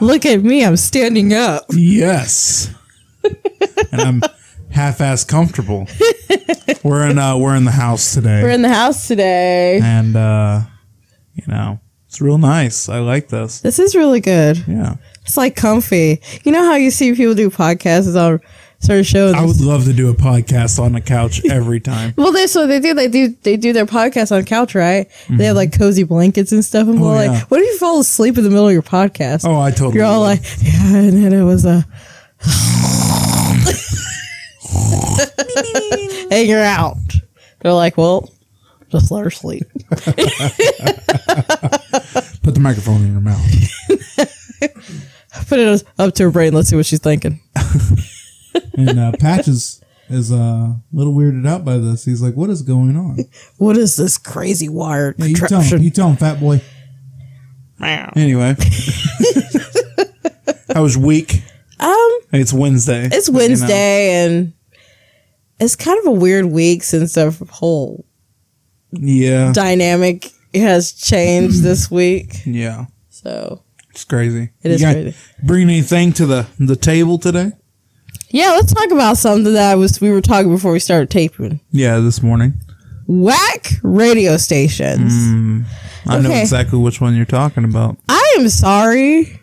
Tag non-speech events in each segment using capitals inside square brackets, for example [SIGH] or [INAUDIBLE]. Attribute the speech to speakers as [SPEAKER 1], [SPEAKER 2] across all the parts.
[SPEAKER 1] Look at me, I'm standing up.
[SPEAKER 2] Yes. and I'm half-ass comfortable. we're in uh, we're in the house today,
[SPEAKER 1] We're in the house today.
[SPEAKER 2] and uh, you know it's real nice. I like this.
[SPEAKER 1] This is really good.
[SPEAKER 2] Yeah,
[SPEAKER 1] It's like comfy. You know how you see people do podcasts on sort of shows.
[SPEAKER 2] I would love to do a podcast on the couch every time.
[SPEAKER 1] well, they so they do they do they do their podcast on couch, right? They have like cozy blankets and stuff. And we're like,
[SPEAKER 2] Mm-hmm. Oh, yeah.
[SPEAKER 1] what if you fall asleep in the middle of your podcast?
[SPEAKER 2] Oh, I totally.
[SPEAKER 1] You're all
[SPEAKER 2] would.
[SPEAKER 1] like, yeah, and then it was a. [LAUGHS] and you're out. They're like, well, just let her sleep. [LAUGHS]
[SPEAKER 2] put the microphone in your mouth.
[SPEAKER 1] Put it up to her brain. Let's see what she's thinking.
[SPEAKER 2] And uh, Patches is uh, a little weirded out by this. He's like, "What is going on?"
[SPEAKER 1] What is this crazy wired
[SPEAKER 2] Yeah, you tell him.
[SPEAKER 1] contraption?
[SPEAKER 2] You tell him, fat boy.
[SPEAKER 1] [LAUGHS]
[SPEAKER 2] Anyway, I was weak.
[SPEAKER 1] Um,
[SPEAKER 2] It's Wednesday.
[SPEAKER 1] it's
[SPEAKER 2] you know.
[SPEAKER 1] Wednesday, and it's kind of a weird week since the whole
[SPEAKER 2] Yeah.
[SPEAKER 1] dynamic has
[SPEAKER 2] [CLEARS THROAT]
[SPEAKER 1] changed this week.
[SPEAKER 2] Yeah.
[SPEAKER 1] So,
[SPEAKER 2] It's crazy.
[SPEAKER 1] It
[SPEAKER 2] You
[SPEAKER 1] is
[SPEAKER 2] got-
[SPEAKER 1] crazy.
[SPEAKER 2] Bring anything to the the table today?
[SPEAKER 1] yeah, let's talk about something that I was we were talking before we started taping.
[SPEAKER 2] Yeah, this morning.
[SPEAKER 1] Whack radio stations.
[SPEAKER 2] Mm. I know
[SPEAKER 1] Okay.
[SPEAKER 2] exactly which one you're talking about.
[SPEAKER 1] I am sorry.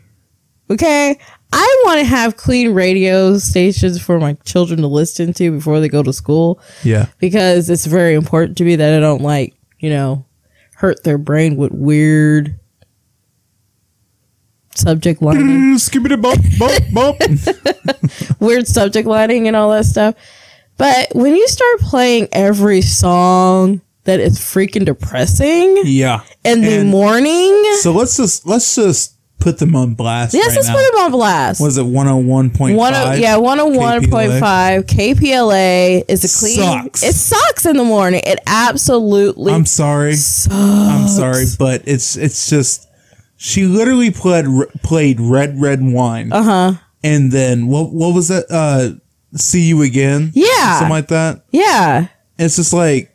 [SPEAKER 1] Okay. I want to have clean radio stations for my children to listen to before they go to school
[SPEAKER 2] Yeah.
[SPEAKER 1] because it's very important to me that I don't like, you know, hurt their brain with weird subject
[SPEAKER 2] [LAUGHS]
[SPEAKER 1] lining,
[SPEAKER 2] Skibbity bump,
[SPEAKER 1] [LAUGHS]
[SPEAKER 2] bump, bump.
[SPEAKER 1] weird subject lining and all that stuff. But when you start playing every song that is freaking depressing
[SPEAKER 2] yeah.
[SPEAKER 1] in the
[SPEAKER 2] And-
[SPEAKER 1] morning,
[SPEAKER 2] So let's just let's just put them on blast.
[SPEAKER 1] yes,
[SPEAKER 2] right
[SPEAKER 1] let's
[SPEAKER 2] now.
[SPEAKER 1] put them on blast.
[SPEAKER 2] Was it one hundred one point
[SPEAKER 1] One oh,
[SPEAKER 2] five?
[SPEAKER 1] yeah, one hundred one point five KPLA is a clean.
[SPEAKER 2] Sucks. Um,
[SPEAKER 1] It sucks in the morning. It absolutely
[SPEAKER 2] I'm sorry. I'm sorry, but it's it's just she literally played played red red wine. Uh huh.
[SPEAKER 1] Uh-huh.
[SPEAKER 2] And then what what was that? Uh, see you again.
[SPEAKER 1] Yeah.
[SPEAKER 2] something like that.
[SPEAKER 1] yeah.
[SPEAKER 2] It's just like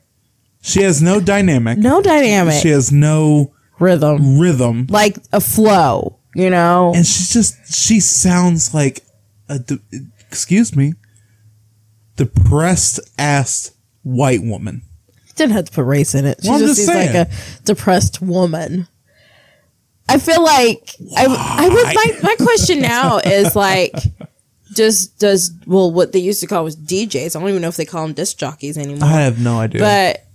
[SPEAKER 2] she has no dynamic.
[SPEAKER 1] No dynamic
[SPEAKER 2] She has no
[SPEAKER 1] rhythm,
[SPEAKER 2] rhythm,
[SPEAKER 1] like a flow. You know,
[SPEAKER 2] and she's just she sounds like a de- excuse me, depressed ass white woman.
[SPEAKER 1] didn't have to put race in it. She
[SPEAKER 2] Well, I'm
[SPEAKER 1] just,
[SPEAKER 2] just
[SPEAKER 1] seems like
[SPEAKER 2] saying.
[SPEAKER 1] a depressed woman. I feel like I, I
[SPEAKER 2] Why?
[SPEAKER 1] would, my my question now is like. Just does well what they used to call was DJs. I don't even know if they call them disc jockeys anymore.
[SPEAKER 2] I have no idea.
[SPEAKER 1] but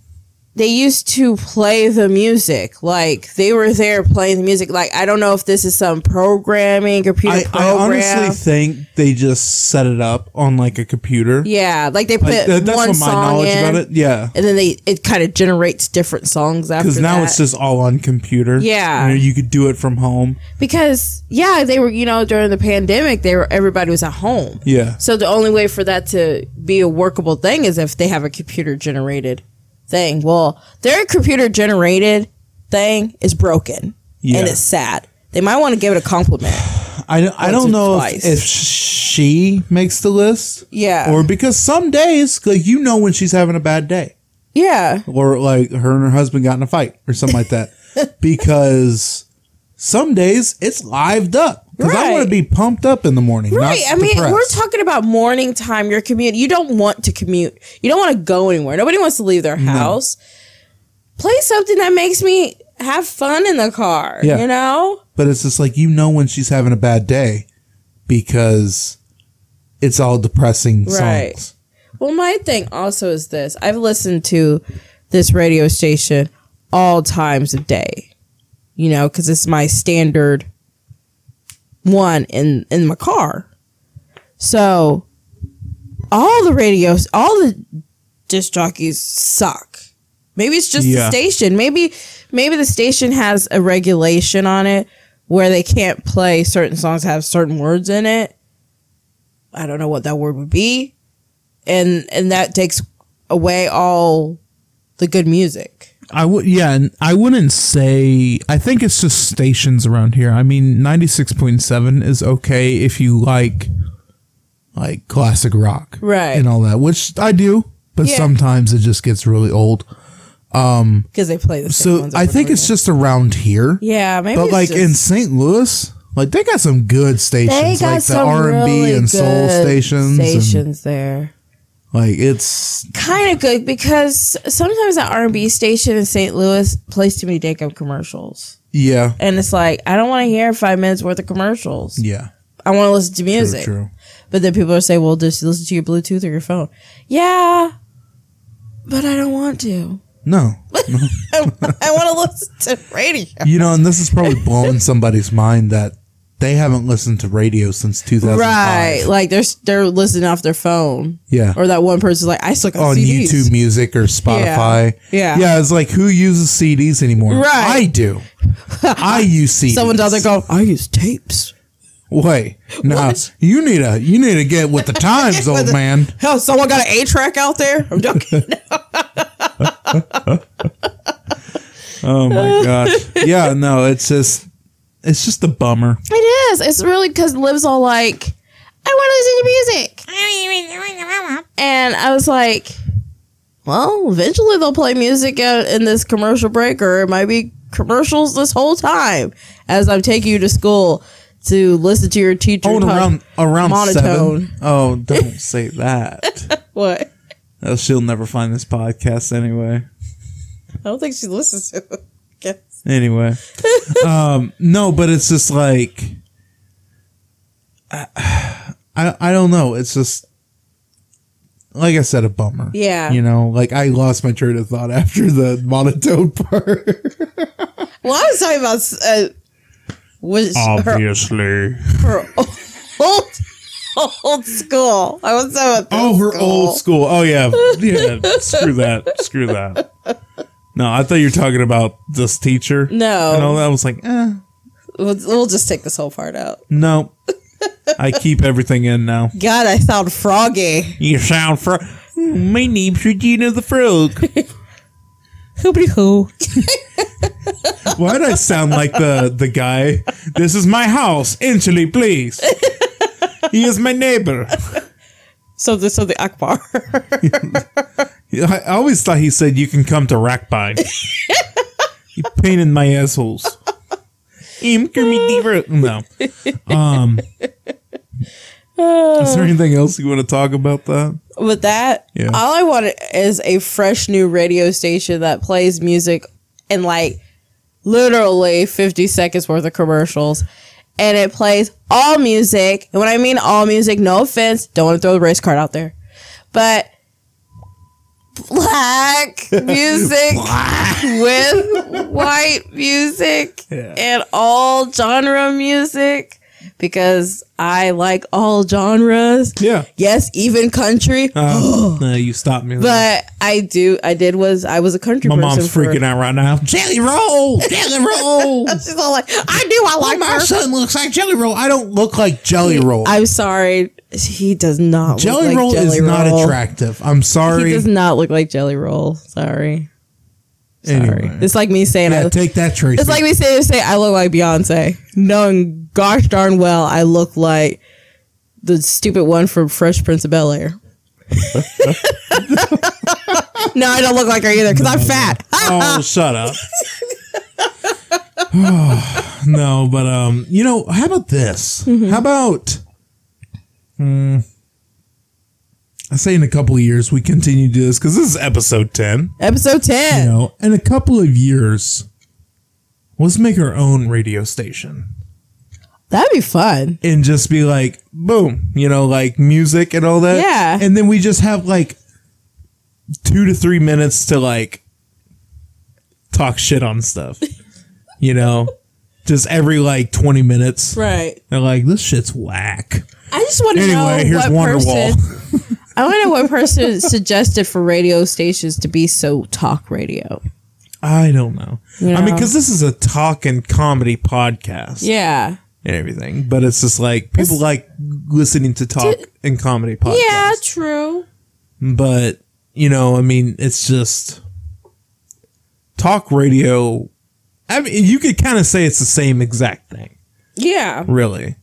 [SPEAKER 1] they used to play the music like they were there playing the music like i don't know if this is some programming computer
[SPEAKER 2] I, I
[SPEAKER 1] program
[SPEAKER 2] honestly think they just set it up on like a computer.
[SPEAKER 1] yeah like they put
[SPEAKER 2] Like, that- that's
[SPEAKER 1] one
[SPEAKER 2] what my
[SPEAKER 1] song
[SPEAKER 2] knowledge
[SPEAKER 1] in,
[SPEAKER 2] about it. Yeah,
[SPEAKER 1] and then they it kind of generates different songs after
[SPEAKER 2] because now
[SPEAKER 1] that.
[SPEAKER 2] it's just all on computer.
[SPEAKER 1] Yeah.
[SPEAKER 2] you, know, you could do it from home.
[SPEAKER 1] because yeah they were you know during the pandemic they were everybody was at home
[SPEAKER 2] Yeah,
[SPEAKER 1] so the only way for that to be a workable thing is if they have a computer generated thing well their computer generated thing is broken
[SPEAKER 2] Yeah.
[SPEAKER 1] and it's sad they might want to give it a compliment
[SPEAKER 2] I, I
[SPEAKER 1] or
[SPEAKER 2] don't know if,
[SPEAKER 1] twice.
[SPEAKER 2] if she makes the list.
[SPEAKER 1] Yeah.
[SPEAKER 2] or because some days, like you know, when she's having a bad day,
[SPEAKER 1] yeah
[SPEAKER 2] or like her and her husband got in a fight or something
[SPEAKER 1] [LAUGHS]
[SPEAKER 2] like that, because some days it's lived up. Because I want
[SPEAKER 1] Right.
[SPEAKER 2] to be pumped up in the morning.
[SPEAKER 1] Right. I
[SPEAKER 2] not
[SPEAKER 1] mean, we're
[SPEAKER 2] depressed.
[SPEAKER 1] talking about morning time, your commute. You don't want to commute. You don't want to go anywhere. Nobody wants to leave their house. Play something that makes me have fun in the car,
[SPEAKER 2] Yeah.
[SPEAKER 1] you know?
[SPEAKER 2] but it's just like you know when she's having a bad day because it's all depressing
[SPEAKER 1] Right.
[SPEAKER 2] songs.
[SPEAKER 1] Well, my thing also is this. I've listened to this radio station all times of day. You know, cuz it's my standard one in in my car. So, all the radios, all the disc jockeys suck. Maybe it's just
[SPEAKER 2] Yeah.
[SPEAKER 1] the station. Maybe maybe the station has a regulation on it where they can't play certain songs that have certain words in it. I don't know what that word would be. And and that takes away all the good music.
[SPEAKER 2] I would, yeah, and I wouldn't say. I think it's just stations around here. I mean, ninety six point seven is okay if you like, like classic rock,
[SPEAKER 1] Right.
[SPEAKER 2] and all that, which I do. But
[SPEAKER 1] Yeah.
[SPEAKER 2] sometimes it just gets really old.
[SPEAKER 1] Because they play the same
[SPEAKER 2] So
[SPEAKER 1] ones
[SPEAKER 2] I
[SPEAKER 1] over
[SPEAKER 2] think
[SPEAKER 1] and
[SPEAKER 2] it's
[SPEAKER 1] over
[SPEAKER 2] just around here.
[SPEAKER 1] again. Yeah, maybe
[SPEAKER 2] but
[SPEAKER 1] it's
[SPEAKER 2] like
[SPEAKER 1] just-
[SPEAKER 2] in St. Louis, Like they got some good stations,
[SPEAKER 1] They got
[SPEAKER 2] like the
[SPEAKER 1] some
[SPEAKER 2] R and
[SPEAKER 1] really
[SPEAKER 2] B and soul
[SPEAKER 1] good
[SPEAKER 2] stations. and,
[SPEAKER 1] stations there.
[SPEAKER 2] like it's
[SPEAKER 1] Kind of good because sometimes that R&B station in St. Louis plays too many day up commercials.
[SPEAKER 2] yeah,
[SPEAKER 1] And it's like, I don't want to hear five minutes worth of commercials.
[SPEAKER 2] yeah,
[SPEAKER 1] I want to listen to
[SPEAKER 2] true,
[SPEAKER 1] music.
[SPEAKER 2] true.
[SPEAKER 1] But then people will say, well, just listen to your Bluetooth or your phone. Yeah, but I don't want to. [LAUGHS]
[SPEAKER 2] No,
[SPEAKER 1] I want to listen to
[SPEAKER 2] [LAUGHS]
[SPEAKER 1] radio.
[SPEAKER 2] you know, and this is probably blowing somebody's mind that they haven't listened to radio since two thousand
[SPEAKER 1] Right.
[SPEAKER 2] five.
[SPEAKER 1] Like they're, they're listening off their phone.
[SPEAKER 2] Yeah.
[SPEAKER 1] Or that one person's like, I still got
[SPEAKER 2] on
[SPEAKER 1] CDs.
[SPEAKER 2] YouTube Music or Spotify.
[SPEAKER 1] Yeah.
[SPEAKER 2] yeah. It's like who uses CDs anymore?
[SPEAKER 1] Right.
[SPEAKER 2] I do. I use CDs.
[SPEAKER 1] Someone does it go, I use tapes. [LAUGHS]
[SPEAKER 2] Wait, nah.
[SPEAKER 1] What?
[SPEAKER 2] You need to you need to
[SPEAKER 1] [LAUGHS]
[SPEAKER 2] get with the times, old
[SPEAKER 1] the-
[SPEAKER 2] man.
[SPEAKER 1] Hell, someone got an A track out there? I'm [LAUGHS] joking.
[SPEAKER 2] Oh my gosh. Yeah, no, it's just it's just a bummer.
[SPEAKER 1] it is. It's really because Liv's all like, I want to listen to music. And I was like, well, eventually they'll play music out in this commercial break, or it might be commercials this whole time as I'm taking you to school to listen to your teacher.
[SPEAKER 2] Oh, and
[SPEAKER 1] talk-
[SPEAKER 2] around around
[SPEAKER 1] monotone.
[SPEAKER 2] seven. Oh, don't
[SPEAKER 1] [LAUGHS]
[SPEAKER 2] say that.
[SPEAKER 1] What?
[SPEAKER 2] Oh, she'll never find this podcast anyway.
[SPEAKER 1] I don't think she listens to it. Guess. [LAUGHS]
[SPEAKER 2] Anyway, um, no, but it's just like I, I don't know. It's just like I said, a bummer.
[SPEAKER 1] Yeah.
[SPEAKER 2] you know, like I lost my train of thought [LAUGHS] after the monotone part.
[SPEAKER 1] Well, I was talking about uh, was her,
[SPEAKER 3] Obviously.
[SPEAKER 1] her [LAUGHS] old old school. I was talking about
[SPEAKER 2] Oh, her old
[SPEAKER 1] school.
[SPEAKER 2] school. Oh yeah,
[SPEAKER 3] Yeah, screw that. Screw that. No, I thought you were talking about this teacher. And all
[SPEAKER 1] No,
[SPEAKER 3] that. I was like, eh,
[SPEAKER 1] we'll, we'll just take this whole part out.
[SPEAKER 2] no.
[SPEAKER 3] I keep everything in now.
[SPEAKER 1] God, I sound froggy.
[SPEAKER 3] You sound frog. My name's Regina the Frog.
[SPEAKER 2] [LAUGHS]
[SPEAKER 1] Hoopity hoo.
[SPEAKER 2] Why did I sound like the the guy?
[SPEAKER 3] This is my house. Instantly, please. He is my neighbor.
[SPEAKER 1] Something, something Akbar. [LAUGHS]
[SPEAKER 2] I I always thought he said you can come to Rackbine.
[SPEAKER 3] You pain in my assholes. Im deeper. No. Um,
[SPEAKER 2] Is there anything else you want to talk about that?
[SPEAKER 1] With that,
[SPEAKER 2] Yeah.
[SPEAKER 1] all I want is a fresh new radio station that plays music in like literally 50 seconds worth of commercials. And it plays all music. And when I mean all music, no offense, don't want to throw the race card out there. But black music with white music and all genre music because I like all genres.
[SPEAKER 2] Yeah.
[SPEAKER 1] Yes, even country.
[SPEAKER 3] [GASPS]
[SPEAKER 2] Uh, no, you stopped me. there.
[SPEAKER 1] But I do. I did was I was a country.
[SPEAKER 2] my mom's
[SPEAKER 1] person
[SPEAKER 2] freaking out right now. Jelly roll, jelly roll.
[SPEAKER 1] She's all like, I do. I like
[SPEAKER 2] My
[SPEAKER 1] her.
[SPEAKER 2] son looks like jelly roll. I don't look like jelly roll.
[SPEAKER 1] I'm sorry. He does not.
[SPEAKER 2] jelly
[SPEAKER 1] look like
[SPEAKER 2] roll
[SPEAKER 1] Jelly
[SPEAKER 2] is not
[SPEAKER 1] Roll.
[SPEAKER 2] attractive. I'm
[SPEAKER 1] He
[SPEAKER 2] sorry.
[SPEAKER 1] does not look like Jelly Roll. Sorry. Sorry.
[SPEAKER 2] Anyway.
[SPEAKER 1] It's like me saying I.
[SPEAKER 2] yeah, take that, Tracy.
[SPEAKER 1] it's like [LAUGHS] me saying say I look like Beyonce. Knowing gosh darn well I look like the stupid one from Fresh Prince of Bel Air. [LAUGHS] no, I don't look like her either because I'm fat. [LAUGHS]
[SPEAKER 2] oh, shut up. [SIGHS] no, but um, you know, how about this?
[SPEAKER 1] Mm-hmm.
[SPEAKER 2] How about hmm, I say in a couple of years we continue to do this because this is episode ten.
[SPEAKER 1] Episode ten.
[SPEAKER 2] You know, in a couple of years, let's make our own radio station
[SPEAKER 1] That'd be fun.
[SPEAKER 2] and just be like, boom, you know, like music and all that.
[SPEAKER 1] Yeah.
[SPEAKER 2] And then we just have like two to three minutes to like talk shit
[SPEAKER 1] [LAUGHS]
[SPEAKER 2] on stuff, you know, just every like 20 minutes.
[SPEAKER 1] Right.
[SPEAKER 2] They're like, this shit's whack.
[SPEAKER 1] I just want to know
[SPEAKER 2] Anyway, here's
[SPEAKER 1] what [LAUGHS]
[SPEAKER 2] Wonderwall.
[SPEAKER 1] person. I want to know what person suggested for radio stations to be so talk radio.
[SPEAKER 2] [LAUGHS] I don't know. I mean,
[SPEAKER 1] Yeah.
[SPEAKER 2] because this is a talk and comedy podcast
[SPEAKER 1] Yeah.
[SPEAKER 2] and everything, but it's just like people like listening to talk and comedy podcasts.
[SPEAKER 1] Yeah. True.
[SPEAKER 2] but you know, I mean, it's just talk radio. I mean, you could kind of say it's the same exact thing,
[SPEAKER 1] Yeah.
[SPEAKER 2] really.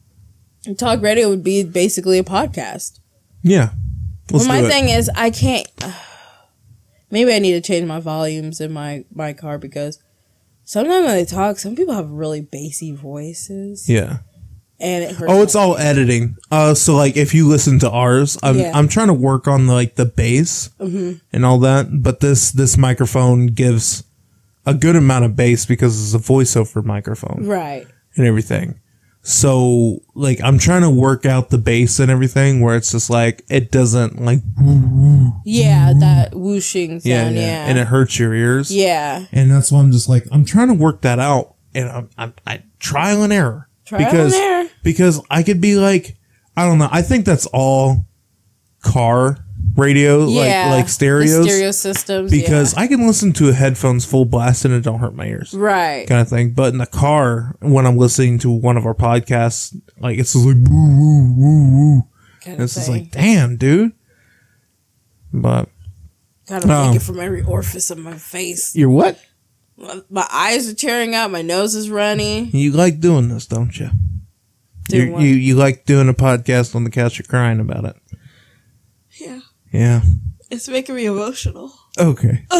[SPEAKER 1] Talk radio would be basically a podcast.
[SPEAKER 2] Yeah. Let's
[SPEAKER 1] Well, my
[SPEAKER 2] do it.
[SPEAKER 1] thing is, I can't. [SIGHS] Maybe I need to change my volumes in my my car because sometimes when they talk, some people have really bassy voices.
[SPEAKER 2] yeah.
[SPEAKER 1] and it hurts.
[SPEAKER 2] Oh, it's all editing. Uh, so like if you listen to ours, I'm
[SPEAKER 1] Yeah. Mm-hmm.
[SPEAKER 2] I'm trying to work on like the bass and all that, but this this microphone gives a good amount of bass because it's a voiceover microphone
[SPEAKER 1] right.
[SPEAKER 2] and everything. So like I'm trying to work out the bass and everything where it's just like it doesn't like
[SPEAKER 1] Yeah, that whooshing sound.
[SPEAKER 2] yeah,
[SPEAKER 1] Yeah,
[SPEAKER 2] yeah, and it hurts your ears.
[SPEAKER 1] yeah.
[SPEAKER 2] And that's why I'm just like I'm trying to work that out and I'm I'm I trial and error.
[SPEAKER 1] Trial and error.
[SPEAKER 2] because I could be like, I don't know. I think that's all car radio,
[SPEAKER 1] yeah.
[SPEAKER 2] like like
[SPEAKER 1] The
[SPEAKER 2] stereos,
[SPEAKER 1] stereo systems.
[SPEAKER 2] because I can listen to headphones full blast and it don't hurt my ears,
[SPEAKER 1] yeah. right,
[SPEAKER 2] kind of thing. But in the car, when I'm listening to one of our podcasts, like it's just like woo woo woo woo,
[SPEAKER 1] kind
[SPEAKER 2] and
[SPEAKER 1] of
[SPEAKER 2] it's just
[SPEAKER 1] thing.
[SPEAKER 2] like, damn, dude. But
[SPEAKER 1] gotta
[SPEAKER 2] um,
[SPEAKER 1] make it from every orifice of my face.
[SPEAKER 3] You're what?
[SPEAKER 1] My, my eyes are tearing up. My nose is runny.
[SPEAKER 2] you like doing this, don't you?
[SPEAKER 1] Doing
[SPEAKER 2] you,
[SPEAKER 1] what?
[SPEAKER 2] you you like doing a podcast on the couch, you're crying about it.
[SPEAKER 1] Yeah,
[SPEAKER 2] Yeah.
[SPEAKER 1] it's making me emotional.
[SPEAKER 2] Okay. [LAUGHS]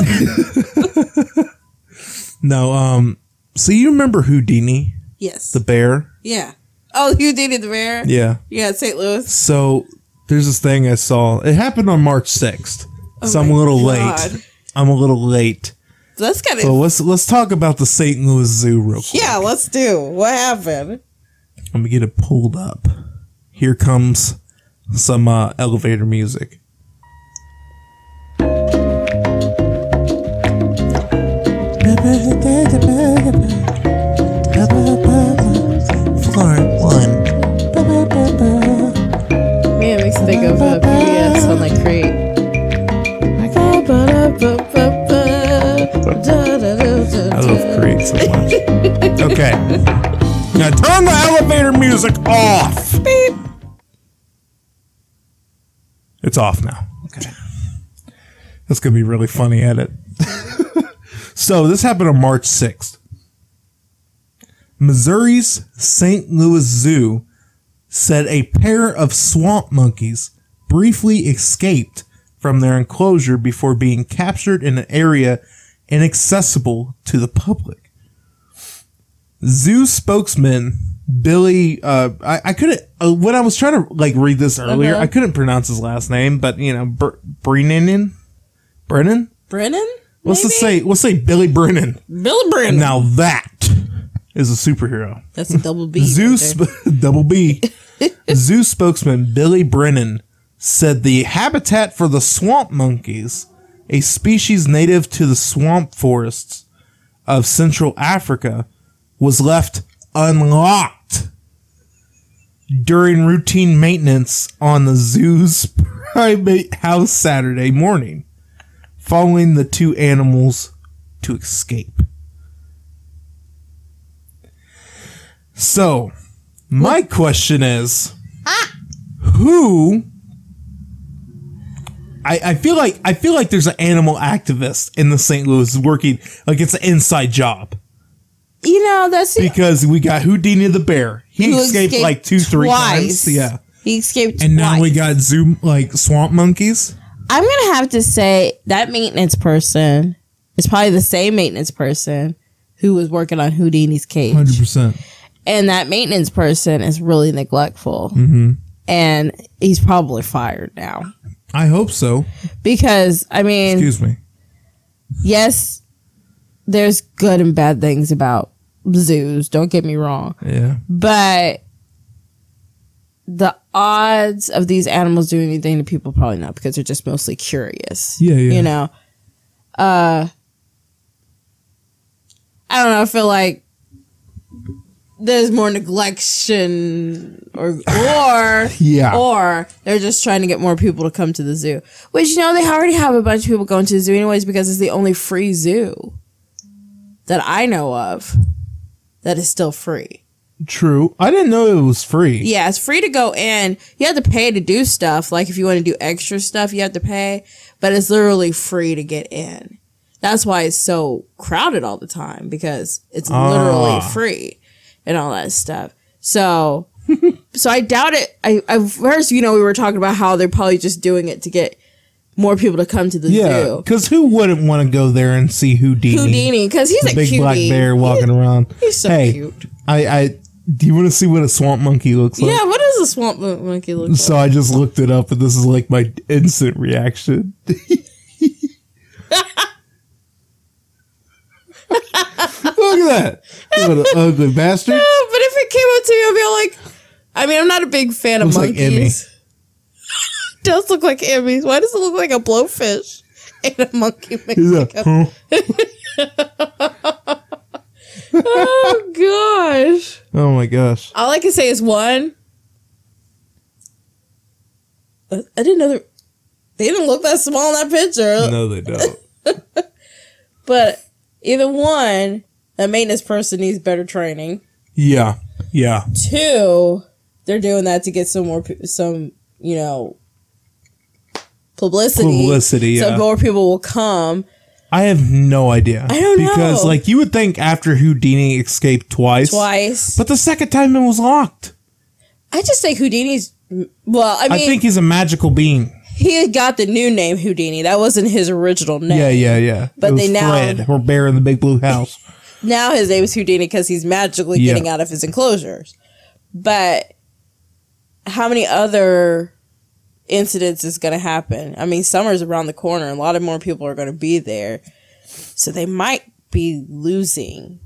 [SPEAKER 2] no, um so you remember Houdini,
[SPEAKER 1] Yes.
[SPEAKER 2] the bear?
[SPEAKER 1] yeah. Oh, you dated the mayor.
[SPEAKER 2] Yeah.
[SPEAKER 1] Yeah, St. Louis.
[SPEAKER 2] So there's this thing I saw. It happened on March 6th. so I'm a
[SPEAKER 1] Oh my
[SPEAKER 2] little
[SPEAKER 1] God.
[SPEAKER 2] late. I'm a little late.
[SPEAKER 1] That's kind of
[SPEAKER 2] So let's let's talk about the St. Louis Zoo real quick.
[SPEAKER 1] yeah. Let's do what happened.
[SPEAKER 2] Let me get it pulled up. Here comes some uh, elevator music. Floor one.
[SPEAKER 1] Yeah, it makes me think of uh, PBS on like Creek.
[SPEAKER 2] I love Creed so much. okay. Now turn the elevator music off. It's off now. Okay. That's gonna be really funny edit. [LAUGHS] so this happened on March 6th. Missouri's St. Louis Zoo said a pair of swamp monkeys briefly escaped from their enclosure before being captured in an area inaccessible to the public. Zoo spokesman Billy, uh, I, I couldn't uh, when I was trying to like read this earlier,
[SPEAKER 1] Uh-huh.
[SPEAKER 2] I couldn't pronounce his last name, but you know, Br- Brennan, Brennan.
[SPEAKER 1] Brennan?
[SPEAKER 2] Let's just
[SPEAKER 1] maybe?
[SPEAKER 2] say let's say Billy Brennan.
[SPEAKER 1] Bill Brennan.
[SPEAKER 2] Now that is a superhero.
[SPEAKER 1] That's a double B.
[SPEAKER 2] Zeus
[SPEAKER 1] right
[SPEAKER 2] [LAUGHS] double B. Zoo spokesman Billy Brennan said the habitat for the swamp monkeys, a species native to the swamp forests of Central Africa, was left unlocked during routine maintenance on the zoo's primate house Saturday morning, following the two animals to escape. So, my question is, who? I, I feel like I feel like there's an animal activist in the St. Louis working like it's an inside job
[SPEAKER 1] there. You know, that's the-
[SPEAKER 2] because we got Houdini the bear. He,
[SPEAKER 1] who
[SPEAKER 2] escaped, like two, three times. Yeah,
[SPEAKER 1] He escaped
[SPEAKER 2] and now we
[SPEAKER 1] twice.
[SPEAKER 2] got zoo like swamp monkeys.
[SPEAKER 1] I'm gonna have to say that maintenance person is probably the same maintenance person who was working on Houdini's cage.
[SPEAKER 2] percent.
[SPEAKER 1] and that maintenance person is really neglectful mm-hmm. and he's probably fired now
[SPEAKER 2] I hope so.
[SPEAKER 1] because i mean
[SPEAKER 2] Excuse me.
[SPEAKER 1] yes there's good and bad things about zoos don't get me wrong
[SPEAKER 2] Yeah,
[SPEAKER 1] but the odds of these animals doing anything to people probably not because they're just mostly curious
[SPEAKER 2] Yeah, yeah.
[SPEAKER 1] you know uh i don't know i feel like there's more neglection or or
[SPEAKER 2] [LAUGHS] Yeah.
[SPEAKER 1] or they're just trying to get more people to come to the zoo which you know they already have a bunch of people going to the zoo anyways because it's the only free zoo that i know of that is still free
[SPEAKER 2] true. I didn't know it was free.
[SPEAKER 1] yeah it's free to go in you have to pay to do stuff like if you want to do extra stuff you have to pay but it's literally free to get in that's why it's so crowded all the time because it's literally
[SPEAKER 2] Ah.
[SPEAKER 1] free and all that stuff so [LAUGHS] so I doubt it. I, I first, you know, we were talking about how they're probably just doing it to get more people to come to the
[SPEAKER 2] Yeah,
[SPEAKER 1] zoo.
[SPEAKER 2] because who wouldn't want to go there and see
[SPEAKER 1] Houdini, because he's
[SPEAKER 2] the
[SPEAKER 1] a
[SPEAKER 2] big
[SPEAKER 1] cutie.
[SPEAKER 2] black bear walking around.
[SPEAKER 1] He's so
[SPEAKER 2] hey,
[SPEAKER 1] cute.
[SPEAKER 2] I, I Do you want to see what a swamp monkey looks like?
[SPEAKER 1] yeah, what does a swamp mon- monkey look like?
[SPEAKER 2] So I just looked it up, and this is like my instant reaction. [LAUGHS] Look at that! What an ugly bastard!
[SPEAKER 1] No, but if it came up to me, I'd be like, I mean, I'm not a big fan of
[SPEAKER 2] Looks like
[SPEAKER 1] monkeys. [LAUGHS] does look like Emmys. Why does it look like a blowfish [LAUGHS] and a monkey? Makes
[SPEAKER 2] He's
[SPEAKER 1] like
[SPEAKER 2] like, [LAUGHS]
[SPEAKER 1] a- [LAUGHS]
[SPEAKER 2] huh?
[SPEAKER 1] oh gosh!
[SPEAKER 2] Oh my gosh!
[SPEAKER 1] All I can say is one. I Uh, I didn't know that, they didn't look that small in that picture.
[SPEAKER 2] No, they don't.
[SPEAKER 1] But either one, a maintenance person needs better training.
[SPEAKER 2] Yeah, yeah.
[SPEAKER 1] Two, they're doing that to get some more pe- some you know publicity.
[SPEAKER 2] Publicity,
[SPEAKER 1] So
[SPEAKER 2] yeah.
[SPEAKER 1] more people will come.
[SPEAKER 2] I have no idea.
[SPEAKER 1] I don't
[SPEAKER 2] because,
[SPEAKER 1] know.
[SPEAKER 2] like, you would think after Houdini escaped twice,
[SPEAKER 1] Twice.
[SPEAKER 2] but the second time it was locked.
[SPEAKER 1] I just think Houdini's. Well, I
[SPEAKER 2] I,
[SPEAKER 1] mean,
[SPEAKER 2] think he's a magical being.
[SPEAKER 1] he had got the new name Houdini. That wasn't his original name.
[SPEAKER 2] Yeah, yeah, yeah.
[SPEAKER 1] But
[SPEAKER 2] It was
[SPEAKER 1] they now-
[SPEAKER 2] Fred or Bear in the Big Blue House.
[SPEAKER 1] Now his name is Houdini because he's magically
[SPEAKER 2] Yeah.
[SPEAKER 1] getting out of his enclosures. But how many other incidents is going to happen? I mean, summer's around the corner. A lot of more people are going to be there. So they might be losing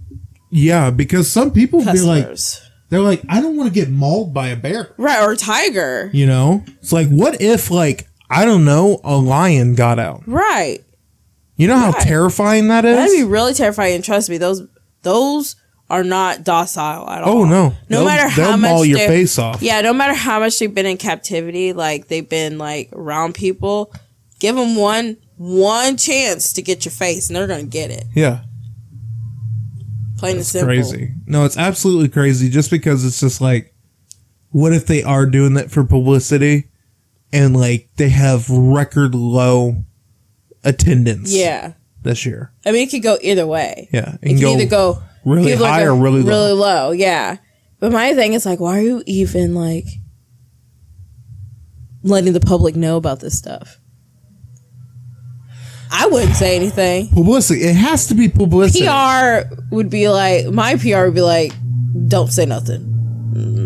[SPEAKER 3] Yeah, because some people be like,
[SPEAKER 1] customers.
[SPEAKER 3] they're like, I don't want to get mauled by a bear.
[SPEAKER 1] right. Or Tiger.
[SPEAKER 2] You know, it's like, what if, like, I don't know, a lion got out?
[SPEAKER 1] Right.
[SPEAKER 2] You know how
[SPEAKER 1] Right.
[SPEAKER 2] terrifying that is?
[SPEAKER 1] That'd be really terrifying. And trust me, those those are not docile at all.
[SPEAKER 2] oh no!
[SPEAKER 1] No
[SPEAKER 2] They'll-
[SPEAKER 1] matter how
[SPEAKER 2] they'll
[SPEAKER 1] much
[SPEAKER 2] maul your
[SPEAKER 1] they're-
[SPEAKER 2] face off.
[SPEAKER 1] Yeah, no matter how much they've been in captivity, like they've been like around people, give them one one chance to get your face, and they're gonna get it.
[SPEAKER 2] Yeah,
[SPEAKER 1] Plain and simple.
[SPEAKER 2] crazy. No, it's absolutely crazy. Just because it's just like, what if they are doing that for publicity, and like they have record low attendance?
[SPEAKER 1] Yeah,
[SPEAKER 2] this year.
[SPEAKER 1] I mean it could go either way.
[SPEAKER 2] Yeah,
[SPEAKER 1] It could either go
[SPEAKER 2] really
[SPEAKER 1] people are
[SPEAKER 2] high or
[SPEAKER 1] going
[SPEAKER 2] really low.
[SPEAKER 1] really low. Yeah, but my thing is like, why are you even like letting the public know about this stuff? I wouldn't say anything.
[SPEAKER 2] publicity. It has to be publicity.
[SPEAKER 1] PR would be like my PR would be like, don't say nothing.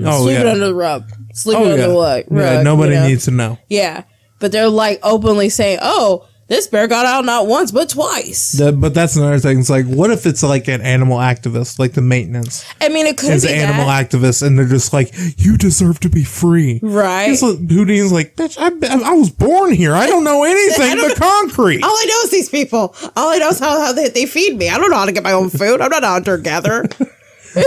[SPEAKER 2] Oh
[SPEAKER 1] Sleep it
[SPEAKER 2] yeah.
[SPEAKER 1] under the rug. Sleep it
[SPEAKER 2] Oh
[SPEAKER 1] under
[SPEAKER 2] yeah.
[SPEAKER 1] the rug.
[SPEAKER 2] yeah.
[SPEAKER 1] rug,
[SPEAKER 2] Nobody
[SPEAKER 1] you know?
[SPEAKER 2] needs to know.
[SPEAKER 1] Yeah, but they're like openly saying, "Oh, this bear got out not once but twice."
[SPEAKER 2] That, but that's another thing. It's like, what if it's like an animal activist, like the maintenance
[SPEAKER 1] I mean, it could
[SPEAKER 2] is
[SPEAKER 1] be
[SPEAKER 2] an animal
[SPEAKER 1] that,
[SPEAKER 2] activist, and they're just like, you deserve to be free.
[SPEAKER 1] right?
[SPEAKER 2] He's like, Houdini's like, bitch, I, I was born here. I don't
[SPEAKER 1] [LAUGHS]
[SPEAKER 2] know anything but concrete.
[SPEAKER 1] All I know is these people. All I know is how, how they, they feed me. I don't know how to get my own food. I'm not a hunter
[SPEAKER 2] [LAUGHS]
[SPEAKER 1] gatherer.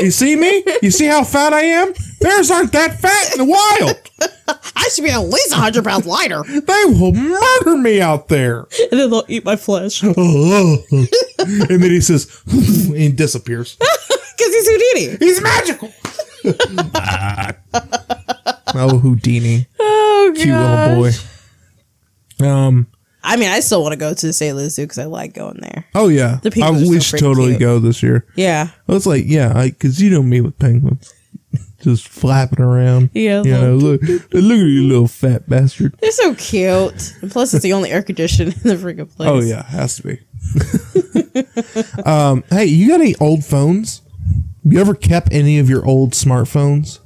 [SPEAKER 2] You see me? You see how fat I am? Bears aren't that fat in the wild.
[SPEAKER 1] I should be at least 100 pounds
[SPEAKER 2] [LAUGHS]
[SPEAKER 1] lighter. and
[SPEAKER 2] They will murder me out there. [LAUGHS]
[SPEAKER 1] then they'll eat my [LAUGHS] flesh. Because
[SPEAKER 2] and then he says, [LAUGHS] and disappears.
[SPEAKER 1] he's Houdini.
[SPEAKER 2] He's magical. oh,
[SPEAKER 1] [LAUGHS]
[SPEAKER 2] Houdini.
[SPEAKER 1] Oh, God.
[SPEAKER 2] Cute little boy. Um.
[SPEAKER 1] I mean, I still want to go to the St. Louis Zoo because I like going there.
[SPEAKER 2] Oh yeah,
[SPEAKER 1] The
[SPEAKER 2] I,
[SPEAKER 1] penguins are so
[SPEAKER 2] we should
[SPEAKER 1] freaking
[SPEAKER 2] totally
[SPEAKER 1] cute.
[SPEAKER 2] go this year.
[SPEAKER 1] Yeah.
[SPEAKER 2] I was like, yeah, because you know me with penguins, just flapping around.
[SPEAKER 1] Yeah,
[SPEAKER 2] you know, look, look at you, little
[SPEAKER 1] [LAUGHS]
[SPEAKER 2] fat bastard.
[SPEAKER 1] They're so cute. And plus, it's the only air condition in the freaking place.
[SPEAKER 2] Oh yeah, has to be. [LAUGHS] um, hey, you got any old phones? You ever kept any of your old smartphones?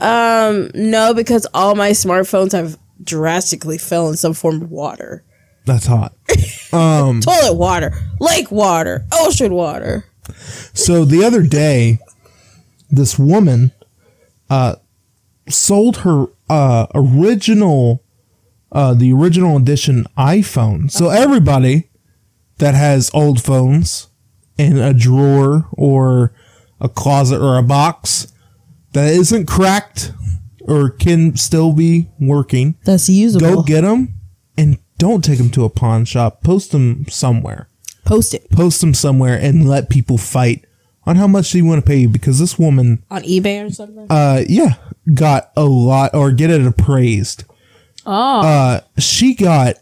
[SPEAKER 1] No, because all my smartphones have drastically fell in some form of water.
[SPEAKER 2] That's hot.
[SPEAKER 1] Toilet water, lake water, ocean water.
[SPEAKER 2] So the other day, this woman uh, sold her uh, original, uh, the original edition iPhone. So everybody that has old phones in a drawer or a closet or a box that isn't cracked or can still be working,
[SPEAKER 1] That's usable.
[SPEAKER 2] go get them and don't take them to a pawn shop. Post them somewhere
[SPEAKER 1] Post it
[SPEAKER 2] post them somewhere and let people fight on how much they want to pay you because this woman
[SPEAKER 1] on eBay or something.
[SPEAKER 2] uh yeah got a lot or get it appraised oh uh she got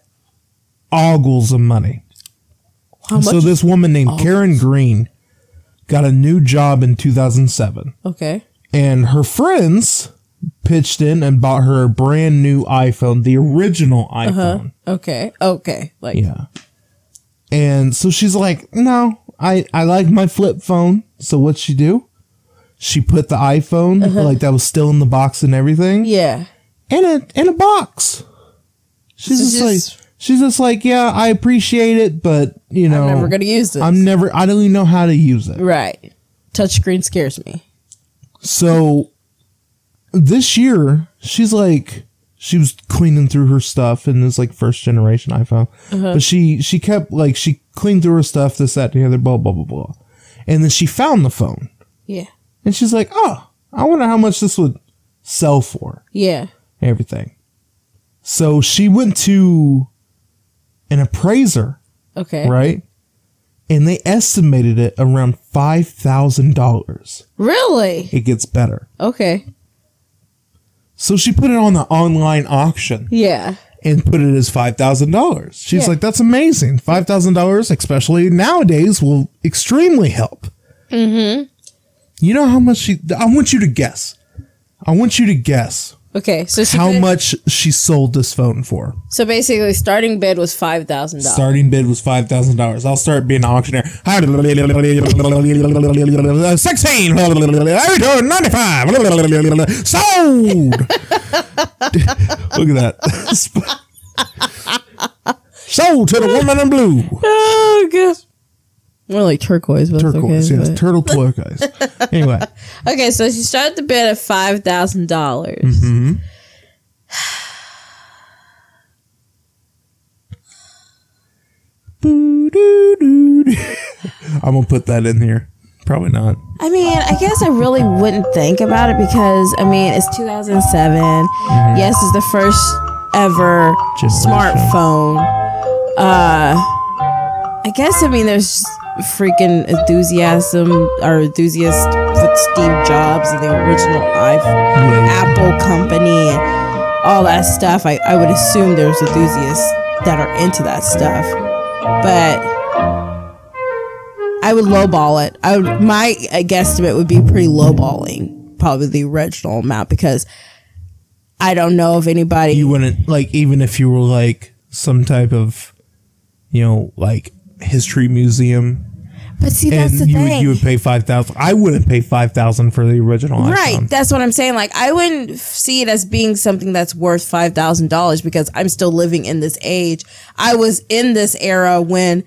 [SPEAKER 2] ogles of money
[SPEAKER 1] How
[SPEAKER 2] so
[SPEAKER 1] much?
[SPEAKER 2] this woman named karen green got a new job in 2007
[SPEAKER 1] okay.
[SPEAKER 2] and her friends pitched in and bought her a brand new iphone the original
[SPEAKER 1] Uh-huh.
[SPEAKER 2] iphone
[SPEAKER 1] Okay. Okay. Like
[SPEAKER 2] yeah. And so she's like, "No, I I like my flip phone." So what'd she do? she put the iPhone like that was still in the box and everything
[SPEAKER 1] Uh-huh. Yeah.
[SPEAKER 2] in a in a box. She's
[SPEAKER 1] So
[SPEAKER 2] just,
[SPEAKER 1] just-
[SPEAKER 2] like she's just like yeah, I appreciate it, but you know
[SPEAKER 1] I'm never gonna use this.
[SPEAKER 2] I'm never I don't even know how to use it.
[SPEAKER 1] right. Touchscreen scares me.
[SPEAKER 2] So this year, she's like she was cleaning through her stuff and this like first generation iPhone. But she she kept like she cleaned through her stuff, this, that, and the other, blah, blah, blah, blah. And then she found the phone.
[SPEAKER 1] Yeah.
[SPEAKER 2] And she's like, Oh, I wonder how much this would sell for.
[SPEAKER 1] Yeah.
[SPEAKER 2] and Everything. So she went to an appraiser,
[SPEAKER 1] Okay.
[SPEAKER 2] right? And they estimated it around five thousand dollars.
[SPEAKER 1] Really?
[SPEAKER 2] It gets better.
[SPEAKER 1] Okay.
[SPEAKER 2] So she put it on the online auction
[SPEAKER 1] Yeah.
[SPEAKER 2] and put it as five thousand dollars. She's
[SPEAKER 1] Yeah.
[SPEAKER 2] like, "That's amazing! Five thousand dollars, especially nowadays, will extremely help." Mm-hmm. You know how much she? I want you to guess. I want you to guess
[SPEAKER 1] Okay. So she
[SPEAKER 2] how
[SPEAKER 1] could've-
[SPEAKER 2] much she sold this phone for.
[SPEAKER 1] So basically, starting bid was five thousand dollars.
[SPEAKER 2] Starting bid was five thousand dollars. I'll start being an auctioneer. Sixteen. Ninety-five. Sold. Look at that. Sold to the woman in blue.
[SPEAKER 1] Oh gosh. More like turquoise, but
[SPEAKER 2] Turquoise.
[SPEAKER 1] turquoise.
[SPEAKER 2] yes, turtle turquoise. Anyway,
[SPEAKER 1] okay, so she started the bid at five
[SPEAKER 2] Mm-hmm.
[SPEAKER 1] dollars.
[SPEAKER 2] Boo-doo-doo-doo. I'm gonna put that in here. Probably not.
[SPEAKER 1] I mean, I guess I really wouldn't think about it because I mean it's 2007. Yes, it's the first ever
[SPEAKER 2] Generation.
[SPEAKER 1] smartphone. Uh, I guess I mean there's just freaking enthusiasm or enthusiast with Steve Jobs and the original iPhone, Apple company, and all that stuff. I, I would assume there's enthusiasts that are into that stuff, but. I would lowball it. I would, my uh, guesstimate would be pretty lowballing, probably the original amount because I don't know if anybody.
[SPEAKER 2] you wouldn't like even if you were like some type of you know like history museum
[SPEAKER 1] but see,
[SPEAKER 2] and
[SPEAKER 1] that's the
[SPEAKER 2] you, would
[SPEAKER 1] thing,
[SPEAKER 2] you would pay 5000 i wouldn't pay 5000 for the original
[SPEAKER 1] right?
[SPEAKER 2] iPhone.
[SPEAKER 1] That's what I'm saying. Like, I wouldn't f- see it as being something that's worth five thousand dollars because I'm still living in this age. I was in this era when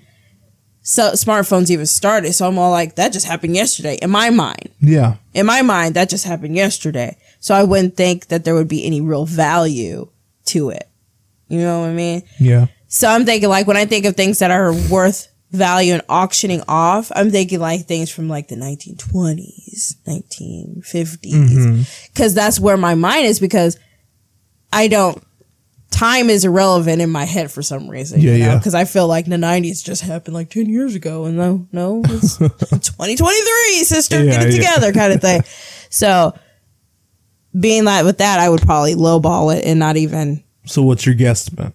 [SPEAKER 1] so smartphones even started, so I'm all like, that just happened yesterday in my mind.
[SPEAKER 2] yeah
[SPEAKER 1] in my mind, that just happened yesterday. So I wouldn't think that there would be any real value to it. You know what I mean?
[SPEAKER 2] yeah
[SPEAKER 1] So I'm thinking like when I think of things that are worth value and auctioning off, I'm thinking like things from like the 1920s, 1950s,
[SPEAKER 2] Mm-hmm.
[SPEAKER 1] because that's where my mind is because I don't. Time is irrelevant in my head for some reason.
[SPEAKER 2] Yeah,
[SPEAKER 1] you know?
[SPEAKER 2] yeah.
[SPEAKER 1] Because I feel like the 90s just happened like 10 years ago, and no, no,
[SPEAKER 2] [LAUGHS]
[SPEAKER 1] it's 2023, sister,
[SPEAKER 2] Yeah,
[SPEAKER 1] get it
[SPEAKER 2] yeah.
[SPEAKER 1] together, kind of
[SPEAKER 2] [LAUGHS]
[SPEAKER 1] thing. So, being that with that, I would probably lowball it and not even.
[SPEAKER 2] so what's your guesstimate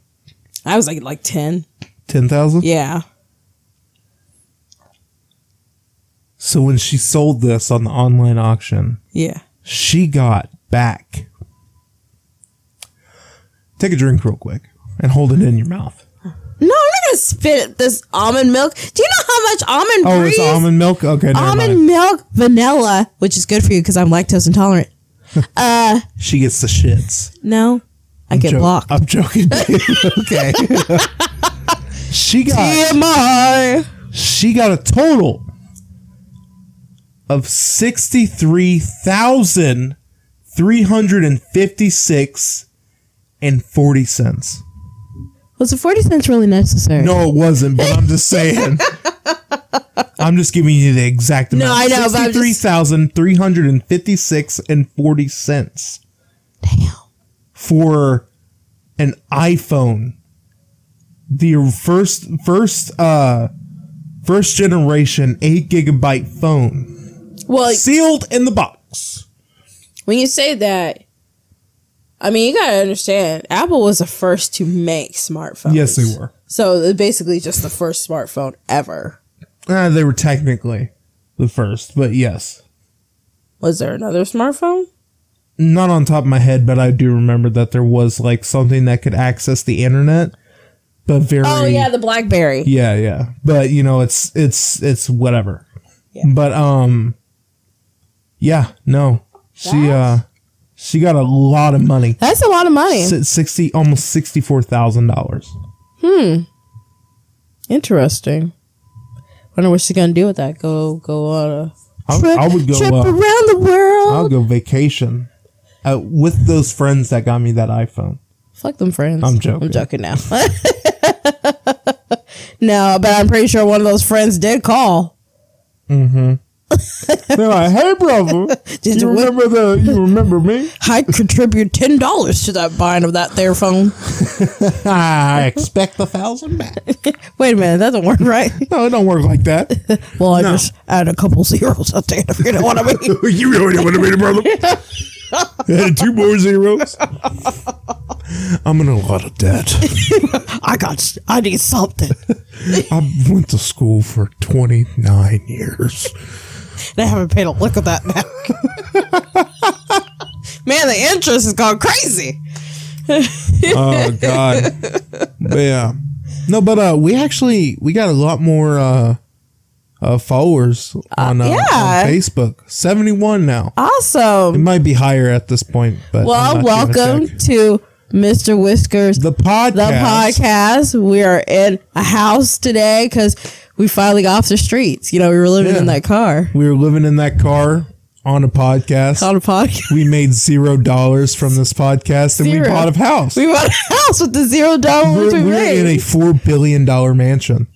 [SPEAKER 1] I was like like 10.
[SPEAKER 2] 10000
[SPEAKER 1] Yeah.
[SPEAKER 2] so when she sold this on the online auction
[SPEAKER 1] Yeah.
[SPEAKER 2] she got back take a drink real quick and hold it in your mouth
[SPEAKER 1] No, I'm not gonna spit this almond milk. Do you know how much almond?
[SPEAKER 2] oh
[SPEAKER 1] breeze?
[SPEAKER 2] it's almond milk okay never
[SPEAKER 1] Almond
[SPEAKER 2] mind.
[SPEAKER 1] milk, vanilla, which is good for you because I'm lactose intolerant.
[SPEAKER 2] she gets the shits
[SPEAKER 1] No, I get
[SPEAKER 2] joke-
[SPEAKER 1] blocked.
[SPEAKER 2] I'm joking. [LAUGHS] okay. [LAUGHS] she got
[SPEAKER 1] TMI.
[SPEAKER 2] she got a total of sixty three thousand three hundred and fifty six and forty cents.
[SPEAKER 1] Was the forty cents really necessary?
[SPEAKER 2] No, it wasn't. But I'm
[SPEAKER 1] [LAUGHS]
[SPEAKER 2] just saying. I'm just giving you the exact amount.
[SPEAKER 1] I know, but I'm just-
[SPEAKER 2] Sixty-three thousand three hundred and fifty-six and forty cents
[SPEAKER 1] Damn.
[SPEAKER 2] for an iPhone. The first first uh first generation 8 gigabyte phone
[SPEAKER 1] Well,
[SPEAKER 2] sealed in the box.
[SPEAKER 1] when you say that, I mean you gotta understand. Apple was the first to make smartphones.
[SPEAKER 2] Yes, they were.
[SPEAKER 1] So it's basically just the first smartphone ever.
[SPEAKER 2] Uh, they were technically the first, but yes.
[SPEAKER 1] Was there another smartphone?
[SPEAKER 2] Not on top of my head, but I do remember that there was like something that could access the internet, but very
[SPEAKER 1] Oh yeah, the BlackBerry.
[SPEAKER 2] Yeah, yeah. But you know, it's it's it's whatever.
[SPEAKER 1] Yeah.
[SPEAKER 2] But um Yeah, no. She uh she got a lot of money.
[SPEAKER 1] That's a lot of money.
[SPEAKER 2] Si- Sixty almost sixty four thousand dollars.
[SPEAKER 1] Interesting. Wonder what she's gonna do with that. Go go on a
[SPEAKER 2] I-
[SPEAKER 1] trip,
[SPEAKER 2] I would go,
[SPEAKER 1] trip
[SPEAKER 2] uh,
[SPEAKER 1] around the world.
[SPEAKER 2] I'll go vacation. Uh, with those friends that got me that iPhone.
[SPEAKER 1] Fuck them friends.
[SPEAKER 2] I'm joking.
[SPEAKER 1] I'm joking now. [LAUGHS] no, but I'm pretty sure one of those friends did call.
[SPEAKER 2] They're
[SPEAKER 1] [LAUGHS]
[SPEAKER 2] like, hey brother.
[SPEAKER 1] Did
[SPEAKER 2] you
[SPEAKER 1] you win?
[SPEAKER 2] remember the you remember
[SPEAKER 1] [LAUGHS]
[SPEAKER 2] me?
[SPEAKER 1] I contribute ten dollars to that buying of that there phone.
[SPEAKER 2] I expect the thousand back.
[SPEAKER 1] Wait a minute, that doesn't work right.
[SPEAKER 2] No, it don't work like that.
[SPEAKER 1] Well, I just add a couple zeros up there. If you know what I mean.
[SPEAKER 2] [LAUGHS] you already want to be a brother. [LAUGHS] Had two more zeros. I'm in a lot of debt.
[SPEAKER 1] I got. I need something.
[SPEAKER 2] [LAUGHS] I went to school for 29 years.
[SPEAKER 1] And I haven't paid a lick of that back. [LAUGHS] Man, the interest has gone crazy.
[SPEAKER 2] Oh God. But, yeah. No, but uh, we actually we got a lot more uh, uh followers on, uh,
[SPEAKER 1] yeah.
[SPEAKER 2] on Facebook. 71 now. It
[SPEAKER 1] Awesome.
[SPEAKER 2] might be higher at this point, but
[SPEAKER 1] Well,
[SPEAKER 2] I'm not gonna
[SPEAKER 1] welcome
[SPEAKER 2] check.
[SPEAKER 1] to Mr. Whiskers
[SPEAKER 2] the podcast.
[SPEAKER 1] the podcast. We are in a house today because we finally got off the streets. You know, we were living
[SPEAKER 2] Yeah.
[SPEAKER 1] in that car
[SPEAKER 2] We were living in that car on a podcast.
[SPEAKER 1] on a podcast. [LAUGHS]
[SPEAKER 2] we made zero dollars from this podcast, and we
[SPEAKER 1] Zero.
[SPEAKER 2] bought a house.
[SPEAKER 1] We bought a house with the zero
[SPEAKER 2] we're,
[SPEAKER 1] dollars we
[SPEAKER 2] we're in a
[SPEAKER 1] made.
[SPEAKER 2] four billion dollar mansion.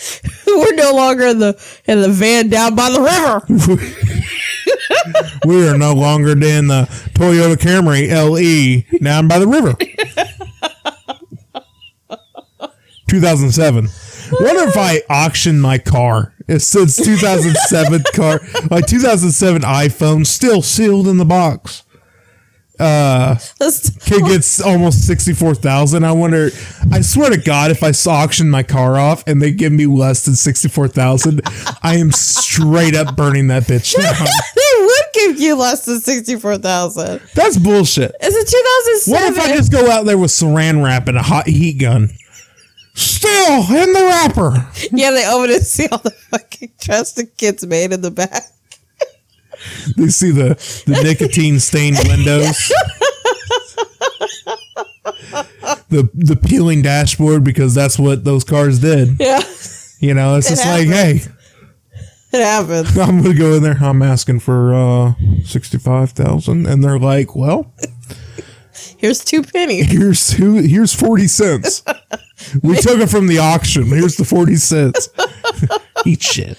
[SPEAKER 1] [LAUGHS] We're no longer in the in the van down by the river.
[SPEAKER 2] [LAUGHS] We are no longer in the Toyota Camry LE down by the river. 2007. Wonder if I auctioned my car. It says 2007 car, my 2007 iPhone still sealed in the box.
[SPEAKER 1] Let's-
[SPEAKER 2] Kid gets almost sixty four thousand. I wonder. I swear to God, if I auction my car off and they give me less than sixty four thousand, I am straight up burning that bitch down.
[SPEAKER 1] they would give you less than sixty four thousand.
[SPEAKER 2] That's bullshit.
[SPEAKER 1] It's a two thousand
[SPEAKER 2] What if I
[SPEAKER 1] seven.
[SPEAKER 2] just go out there with saran wrap and a hot heat gun? Still in the wrapper.
[SPEAKER 1] Yeah, they open and see all the fucking trash the kids made in the back.
[SPEAKER 2] They see the, the nicotine stained windows. The, the peeling dashboard because that's what those cars did.
[SPEAKER 1] Yeah,
[SPEAKER 2] You know, it's just like, hey,
[SPEAKER 1] [LAUGHS] it happens.
[SPEAKER 2] [LAUGHS] I'm gonna go in there. I'm asking for uh, sixty five thousand, and they're like, "Well,
[SPEAKER 1] Here's two pennies.
[SPEAKER 2] here's who, here's forty cents. We took it from the auction. Here's the forty cents. Eat shit.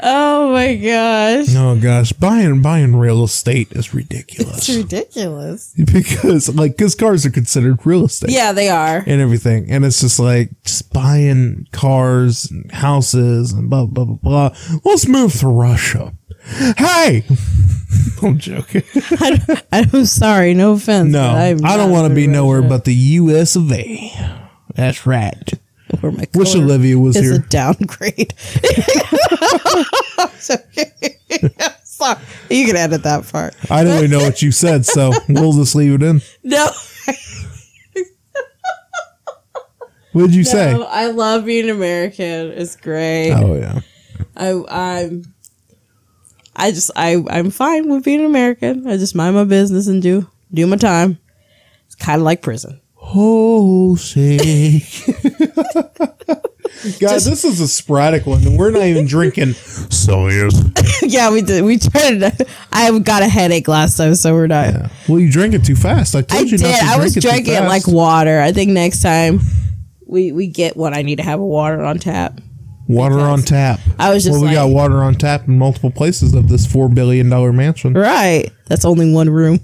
[SPEAKER 1] Oh my gosh,
[SPEAKER 2] Oh gosh, buying buying real estate is ridiculous [LAUGHS]
[SPEAKER 1] it's ridiculous.
[SPEAKER 2] because like because cars are considered real estate.
[SPEAKER 1] Yeah, they are. [LAUGHS]
[SPEAKER 2] And everything. And it's just like just buying cars and houses and blah blah blah blah. Let's move to Russia. Hey, [LAUGHS] I'm joking.
[SPEAKER 1] I'm sorry, no offense.
[SPEAKER 2] No, I don't want to be nowhere but the U.S. of A. That's right.
[SPEAKER 1] Where my
[SPEAKER 2] Wish
[SPEAKER 1] color
[SPEAKER 2] Olivia was
[SPEAKER 1] is a
[SPEAKER 2] here.
[SPEAKER 1] downgrade. [LAUGHS] I'm sorry. You can edit that part.
[SPEAKER 2] I I don't even know what you
[SPEAKER 1] [LAUGHS]
[SPEAKER 2] said, so we'll just leave it in.
[SPEAKER 1] No,
[SPEAKER 2] What did you say?
[SPEAKER 1] no, um, I love being American. It's great.
[SPEAKER 2] Oh yeah,
[SPEAKER 1] I, I'm. I just I I'm fine with being American. I just mind my business and do do my time. It's kind of like prison. [LAUGHS]
[SPEAKER 2] Jose. God, this is a sporadic one, and we're not even drinking. So
[SPEAKER 1] [LAUGHS]
[SPEAKER 2] yes.
[SPEAKER 1] yeah, we did. We tried. to- I got a headache last time, so we're not.
[SPEAKER 2] Well, you drank it too fast. I
[SPEAKER 1] I
[SPEAKER 2] told you
[SPEAKER 1] did.
[SPEAKER 2] not to
[SPEAKER 1] I
[SPEAKER 2] drink
[SPEAKER 1] was
[SPEAKER 2] it too
[SPEAKER 1] drinking it
[SPEAKER 2] fast.
[SPEAKER 1] like water. I think next time we we get what I need to have a water on tap.
[SPEAKER 2] water on tap.
[SPEAKER 1] I was just
[SPEAKER 2] well, we got
[SPEAKER 1] like-
[SPEAKER 2] water on tap in multiple places of this four billion dollar mansion.
[SPEAKER 1] Right. That's only one room.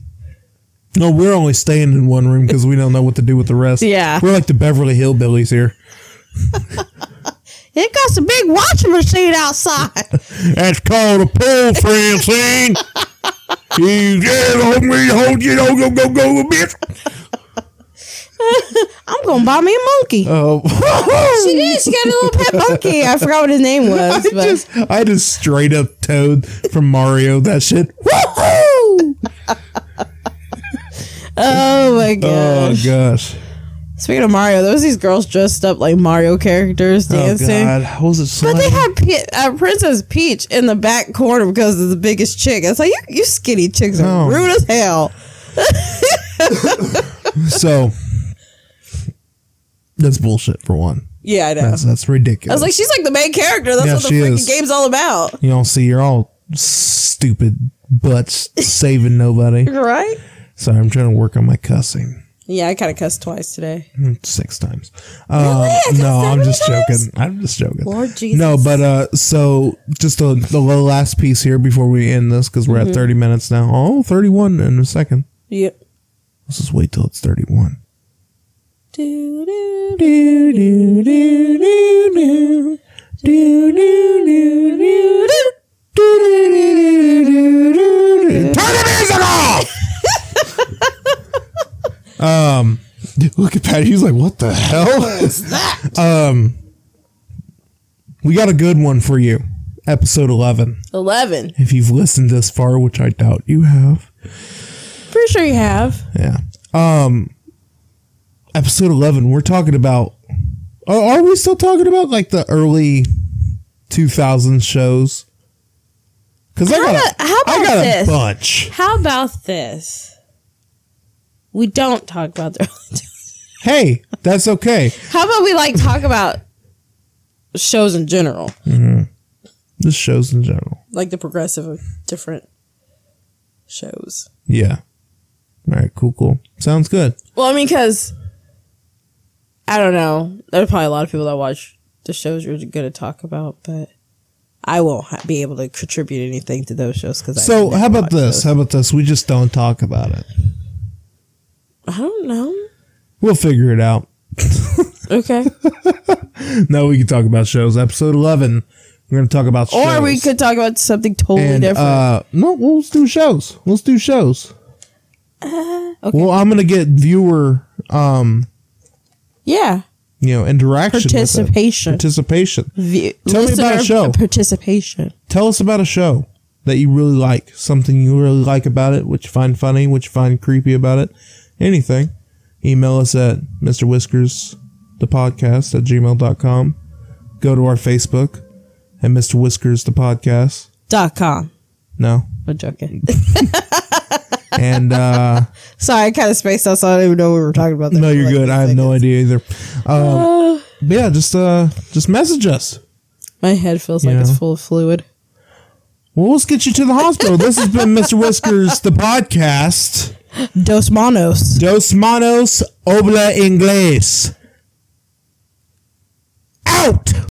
[SPEAKER 2] No, we're only staying in one room because we don't know what to do with the rest.
[SPEAKER 1] Yeah.
[SPEAKER 2] We're like the Beverly Hillbillies here.
[SPEAKER 1] It got some big washing machine outside.
[SPEAKER 2] [LAUGHS] That's called a pool, Francine. you get hold me, hold you, don't go, go, go, bitch.
[SPEAKER 1] I'm gonna buy me a monkey.
[SPEAKER 2] Oh. [LAUGHS]
[SPEAKER 1] she did. She got a little pet monkey. I forgot what his name
[SPEAKER 2] I
[SPEAKER 1] was, but
[SPEAKER 2] just, I just straight up toad from Mario that shit.
[SPEAKER 1] [LAUGHS] oh my
[SPEAKER 2] Oh
[SPEAKER 1] gosh.
[SPEAKER 2] gosh,
[SPEAKER 1] Speaking of Mario, there was these girls dressed up like Mario characters
[SPEAKER 2] Oh,
[SPEAKER 1] dancing.
[SPEAKER 2] How was it?
[SPEAKER 1] But they
[SPEAKER 2] slutty?
[SPEAKER 1] had P- uh, Princess Peach in the back corner because of the biggest chick. It's like you, you skinny chicks are
[SPEAKER 2] Oh.
[SPEAKER 1] rude as hell.
[SPEAKER 2] so that's bullshit for one.
[SPEAKER 1] Yeah, I know.
[SPEAKER 2] That's that's
[SPEAKER 1] I
[SPEAKER 2] ridiculous.
[SPEAKER 1] was like, she's like the main character. That's
[SPEAKER 2] Yeah,
[SPEAKER 1] what the
[SPEAKER 2] she
[SPEAKER 1] freaking
[SPEAKER 2] is.
[SPEAKER 1] game's all about,
[SPEAKER 2] you don't see, you're all stupid butts saving nobody.
[SPEAKER 1] right?
[SPEAKER 2] Sorry, I'm trying to work on my cussing.
[SPEAKER 1] Yeah, I kind of cussed twice today.
[SPEAKER 2] six times. Uh,
[SPEAKER 1] I got
[SPEAKER 2] no,
[SPEAKER 1] so
[SPEAKER 2] I'm
[SPEAKER 1] many
[SPEAKER 2] just
[SPEAKER 1] times?
[SPEAKER 2] joking. I'm just joking.
[SPEAKER 1] Lord Jesus.
[SPEAKER 2] No, but uh, so just a, the last piece here before we end this because we're
[SPEAKER 1] Mm-hmm.
[SPEAKER 2] at 30 minutes now. Oh, 31 in a second.
[SPEAKER 1] Yep.
[SPEAKER 2] Let's just wait till it's 31.
[SPEAKER 1] Doo-doo.
[SPEAKER 2] Do, do, do, do, do. Do, do, do, do, do. Do, do, do, do, do, do, do. Turn the music off! [LAUGHS] um, dude, look at Patty. He's like, what the hell?
[SPEAKER 1] That
[SPEAKER 2] We got a good one for you. Episode 11.
[SPEAKER 1] eleven.
[SPEAKER 2] If you've listened this far, which I doubt you have.
[SPEAKER 1] Pretty sure you have.
[SPEAKER 2] Yeah. Um episode 11, we're talking about are, are we still talking about like the early 2000s shows? Cuz I
[SPEAKER 1] How
[SPEAKER 2] got
[SPEAKER 1] about-
[SPEAKER 2] a,
[SPEAKER 1] how
[SPEAKER 2] I
[SPEAKER 1] about
[SPEAKER 2] got
[SPEAKER 1] this?
[SPEAKER 2] a bunch.
[SPEAKER 1] How about this? We don't talk about the. [LAUGHS]
[SPEAKER 2] Hey, that's okay.
[SPEAKER 1] How about we like talk about shows in general,
[SPEAKER 2] Just shows in general.
[SPEAKER 1] like the progressive of different shows.
[SPEAKER 2] Yeah. All right, cool, cool. Sounds good.
[SPEAKER 1] Well, I mean, because I don't know. There's probably a lot of people that watch the shows you're going to talk about, but I won't ha- be able to contribute anything to those shows. Because
[SPEAKER 2] So, how about this? How about this? We just don't talk about it.
[SPEAKER 1] I don't know.
[SPEAKER 2] We'll figure it out. [LAUGHS]
[SPEAKER 1] Okay,
[SPEAKER 2] No, we can talk about shows. Episode 11. We're going to talk about shows.
[SPEAKER 1] or we could talk about something totally
[SPEAKER 2] and,
[SPEAKER 1] different.
[SPEAKER 2] Uh, no, well, let's do shows. Let's do shows.
[SPEAKER 1] Uh,
[SPEAKER 2] Well, I'm gonna get viewer, um,
[SPEAKER 1] yeah,
[SPEAKER 2] you know, interaction, with it.
[SPEAKER 1] Participation.
[SPEAKER 2] participation.
[SPEAKER 1] View-
[SPEAKER 2] Tell me about a
[SPEAKER 1] listener
[SPEAKER 2] show.
[SPEAKER 1] participation.
[SPEAKER 2] Tell us about a show that you really like, something you really like about it, which you find funny, which you find creepy about it, anything. Email us at Mr. Whiskers, the podcast at gmail.com. Go to our Facebook at Mr. Whiskers, the podcast.
[SPEAKER 1] Dot com.
[SPEAKER 2] No.
[SPEAKER 1] I'm joking. [LAUGHS]
[SPEAKER 2] And, uh,
[SPEAKER 1] Sorry, I kind of spaced out, so I don't even know what we were talking about. there
[SPEAKER 2] No,
[SPEAKER 1] for,
[SPEAKER 2] you're
[SPEAKER 1] like,
[SPEAKER 2] good.
[SPEAKER 1] a
[SPEAKER 2] I have no
[SPEAKER 1] second.
[SPEAKER 2] idea either. Um, but yeah, just uh, just message us.
[SPEAKER 1] My head feels like
[SPEAKER 2] You
[SPEAKER 1] it's
[SPEAKER 2] know?
[SPEAKER 1] full of fluid.
[SPEAKER 2] Well, let's get you to the hospital. this has been Mr. Whiskers, the podcast.
[SPEAKER 1] Dos Manos.
[SPEAKER 2] Dos manos obla inglés. Out.